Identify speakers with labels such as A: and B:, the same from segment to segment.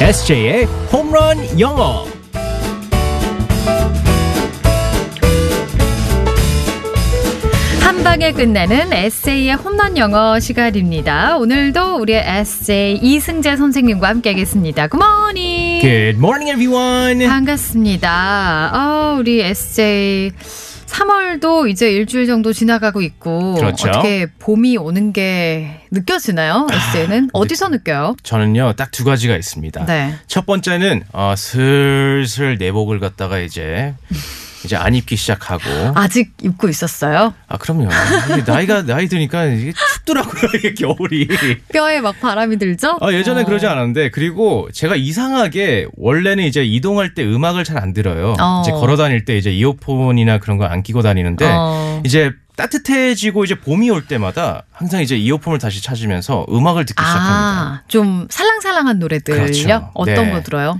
A: SJ의 홈런 영어.
B: 한 방에 끝내는 에세이의 홈런 영어 시간입니다. 오늘도 우리의 에세이 이승재 선생님과 함께하겠습니다. 굿모닝.
A: Good morning,
B: 아.
A: everyone.
B: 반갑습니다. 어, 우리 에세이 3월도 이제 일주일 정도 지나가고 있고
A: 그렇죠.
B: 어떻게 봄이 오는 게 느껴지나요? 에세이는
A: 아,
B: 어디서
A: 네.
B: 느껴요?
A: 저는요 딱 두 가지가 있습니다.
B: 네.
A: 첫 번째는 어, 슬슬 내복을 갖다가 이제 이제 안 입기 시작하고
B: 아직 입고 있었어요.
A: 아 그럼요 이게 나이가 나이 드니까 이게 춥더라고요 이게 겨울이
B: 뼈에 막 바람이 들죠?
A: 아 예전에
B: 어.
A: 그러지 않았는데 그리고 제가 이상하게 원래는 이제 이동할 때 음악을 잘 안 들어요
B: 어.
A: 이제 걸어 다닐 때 이제 이어폰이나 그런 거 안 끼고 다니는데
B: 어.
A: 이제 따뜻해지고 이제 봄이 올 때마다 항상 이제 이어폰을 다시 찾으면서 음악을 듣기 시작합니다.
B: 아, 좀 살랑살랑한 노래들요?
A: 그렇죠.
B: 어떤
A: 네.
B: 거 들어요?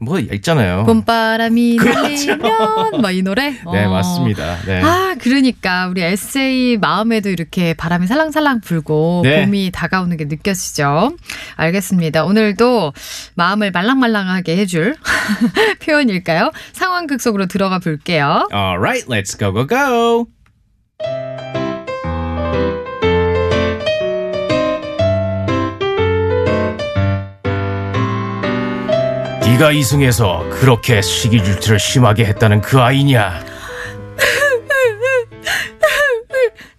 A: 뭐 있잖아요.
B: 봄바람이
A: 그렇죠.
B: 날리면 막 이 노래?
A: 네
B: 어.
A: 맞습니다. 네.
B: 아, 그러니까 우리 에세이 마음에도 이렇게 바람이 살랑살랑 불고
A: 네.
B: 봄이 다가오는 게 느껴지죠. 알겠습니다. 오늘도 마음을 말랑말랑하게 해줄 표현일까요? 상황극 속으로 들어가 볼게요.
A: Alright, let's go go go. 네가 이승에서 그렇게 시기 질투를 심하게 했다는 그 아이냐?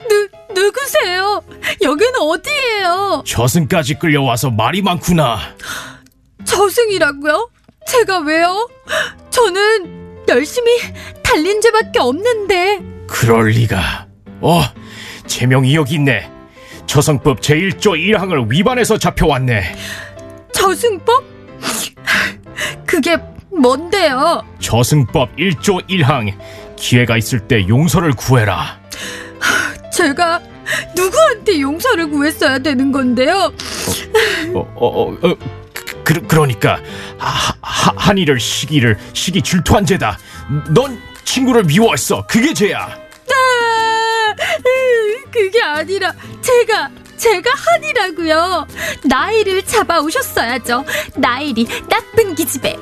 B: 누 누구세요? 여기는 어디예요?
A: 저승까지 끌려와서 말이 많구나.
B: 저승이라고요? 제가 왜요? 저는 열심히 달린 죄밖에 없는데.
A: 그럴 리가. 어, 제명이 여기 있네. 조성법 제1조 1항을 위반해서 잡혀왔네.
B: 저승법? 그게 뭔데요?
A: 저승법 1조 1항. 기회가 있을 때 용서를 구해라.
B: 제가 누구한테 용서를 구했어야 되는 건데요?
A: 어, 어, 어, 어 그, 그러니까 하, 하, 한이를 시기를 시기 질투한 죄다. 넌 친구를 미워했어. 그게 죄야.
B: 아, 으, 그게 아니라 제가 제가 한이라고요. 나이를 잡아오셨어야죠. 나일이 나쁜 기집애.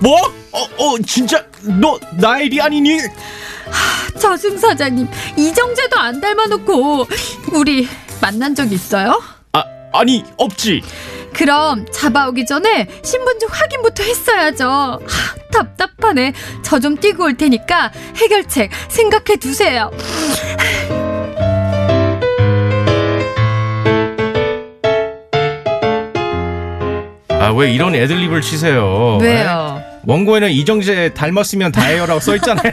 A: 뭐? 어, 어, 진짜 너 나일이 아니니?
B: 저승 사장님 이정재도 안 닮아놓고 우리 만난 적 있어요?
A: 아, 아니 없지.
B: 그럼 잡아오기 전에 신분증 확인부터 했어야죠. 하, 답답하네. 저 좀 뛰고 올 테니까 해결책 생각해 두세요.
A: 아, 왜 이런 애들립을 치세요?
B: 왜요?
A: 원고에는 이정재 닮았으면 다해요라고 써 있잖아요.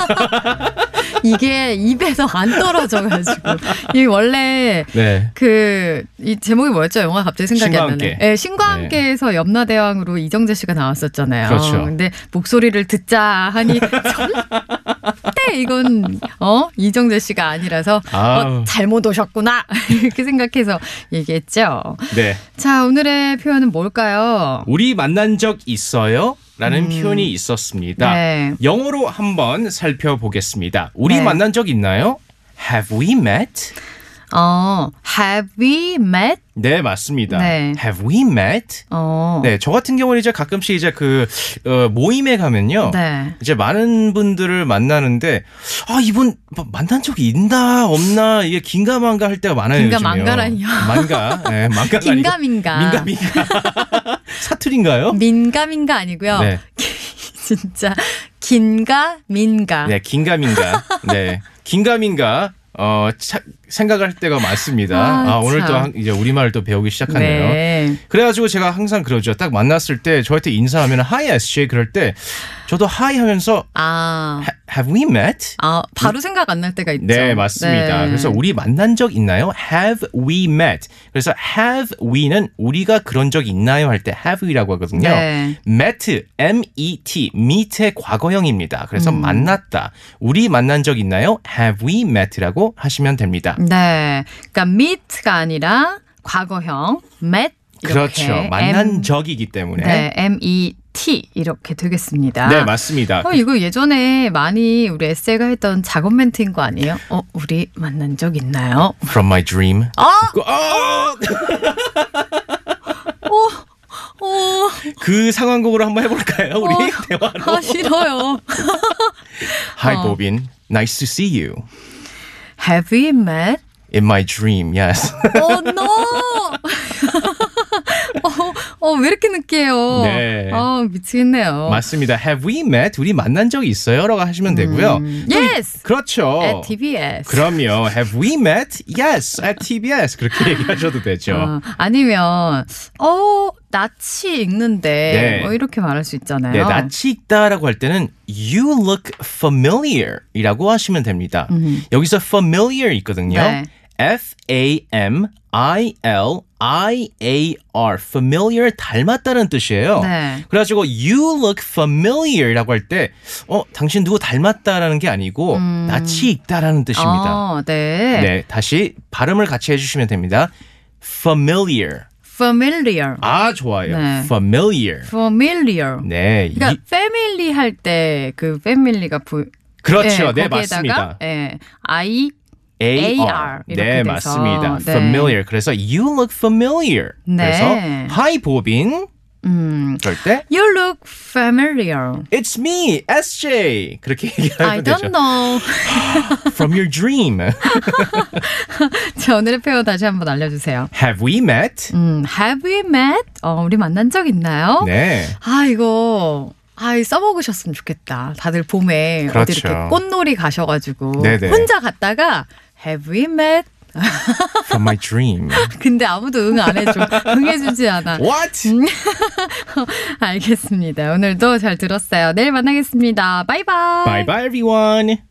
B: 이게 입에서 안 떨어져가지고 이 원래
A: 네.
B: 그 이 제목이 뭐였죠? 영화 갑자기 생각이
A: 신과
B: 안 나네.
A: 함께.
B: 예, 신과 함께에서 염라대왕으로 이정재 씨가 나왔었잖아요.
A: 그렇죠.
B: 근데 목소리를 듣자 하니 절대 이건 어 이정재 씨가 아니라서 어,
A: 아우.
B: 잘못 오셨구나 이렇게 생각해서 얘기했죠.
A: 네.
B: 자 오늘의 표현은 뭘까요?
A: 우리 만난 적 있어요? 라는 표현이 있었습니다.
B: 음. 네.
A: 영어로 한번 살펴보겠습니다. 우리
B: 네.
A: 만난 적 있나요? Have we met?
B: 어 Have we met?
A: 네, 맞습니다.
B: 네.
A: Have we met?
B: 어
A: 네, 저 같은 경우는 이제 가끔씩 이제 그 어, 모임에 가면요.
B: 네.
A: 이제 많은 분들을 만나는데 아 이분 뭐 만난 적이 있나 없나 이게 긴가만가 할 때가 많아요.
B: 긴가
A: 요즘에요.
B: 망가라니요?
A: 만가, 네, 만가
B: 긴가민가.
A: 민가민가 사투리인가요?
B: 민감인가 아니고요.
A: 네.
B: 진짜 긴가 민가.
A: 네, 긴가민가. 네, 긴가민가. 어, 차- 생각을 할 때가 많습니다.
B: 아,
A: 아, 오늘 또
B: 참.
A: 한- 이제 우리말을 또 배우기 시작하네요.
B: 네.
A: 그래가지고 제가 항상 그러죠. 딱 만났을 때 저한테 인사하면 하이 SJ 그럴 때 저도 하이 하면서
B: 아,
A: "Ha- Have we met?
B: 아 바로 생각 안 날 때가 있죠.
A: 네, 맞습니다.
B: 네.
A: 그래서 우리 만난 적 있나요? Have we met? 그래서 have we는 우리가 그런 적 있나요 할 때 have we라고 하거든요.
B: 네.
A: met, m-e-t, meet의 과거형입니다. 그래서
B: 음.
A: 만났다. 우리 만난 적 있나요? Have we met라고 하시면 됩니다.
B: 네. 그러니까 meet가 아니라 과거형 met 이렇게
A: 그렇죠. 만난
B: M,
A: 적이기 때문에.
B: 네, M E T 이렇게 되겠습니다.
A: 네, 맞습니다.
B: 어, 이거 예전에 많이 우리 에세이가 했던 작업 멘트인 거 아니에요? 어, 우리 만난 적 있나요?
A: From my dream. 어?
B: 아,
A: 그- 아!
B: 어, 어,
A: 그 상황극으로 한번 해볼까요? 우리
B: 어.
A: 대화로.
B: 아 싫어요.
A: Hi,
B: 어.
A: Bobin. Nice to see you.
B: Have we met?
A: In my dream, yes.
B: Oh no! 어, 어, 왜 이렇게 느끼해요?
A: 네.
B: 어, 미치겠네요.
A: 맞습니다. Have we met? 우리 만난 적이 있어요? 라고 하시면 되고요.
B: Yes!
A: 그렇죠.
B: At TBS.
A: 그럼요. Have we met? Yes, at TBS. 그렇게 얘기하셔도 되죠.
B: 어, 아니면 어 낯이 익는데
A: 네.
B: 뭐 이렇게 말할 수 있잖아요.
A: 네, 낯이 익다라고 할 때는 you look familiar이라고 하시면 됩니다. 여기서 familiar 있거든요.
B: 네.
A: F A M I L I A R familiar 닮았다는 뜻이에요.
B: 네.
A: 그래가지고 you look familiar라고 할 때, 어 당신 누구 닮았다라는 게 아니고 낯이 익다라는 뜻입니다.
B: 어, 음. 네.
A: 네, 다시 발음을 같이 해주시면 됩니다. familiar.
B: familiar.
A: 아 좋아요.
B: 네.
A: familiar.
B: familiar.
A: 네, 이-
B: 그러니까 패밀리 할 때 그 패밀리가 부
A: 그렇죠. 네,
B: 거기에다가,
A: 맞습니다.
B: 예. I AR
A: AR.
B: 이렇게
A: 네,
B: 돼서.
A: 맞습니다.
B: 네.
A: familiar. 그래서 you look familiar.
B: 네.
A: 그래서 hi 보빈.
B: 음.
A: 그럴 때
B: You look familiar.
A: it's me, SJ. 그렇게
B: I
A: 얘기하면
B: don't
A: 되죠.
B: know.
A: From your dream.
B: 자, 오늘의 표현 다시 한번 알려주세요.
A: Have we met?
B: 음, have we met? 어, 우리 만난 적 있나요?
A: 네.
B: 아, 이거. 아, 써먹으셨으면 좋겠다. 다들 봄에 어디
A: 그렇죠.
B: 이렇게 꽃놀이 가셔가지고
A: 네네.
B: 혼자 갔다가 Have we met?
A: From my dream.
B: 근데 아무도 응 안 해줘. 응해주지 않아.
A: What?
B: 알겠습니다. 오늘도 잘 들었어요. 내일 만나겠습니다. 바이바이.
A: Bye bye everyone.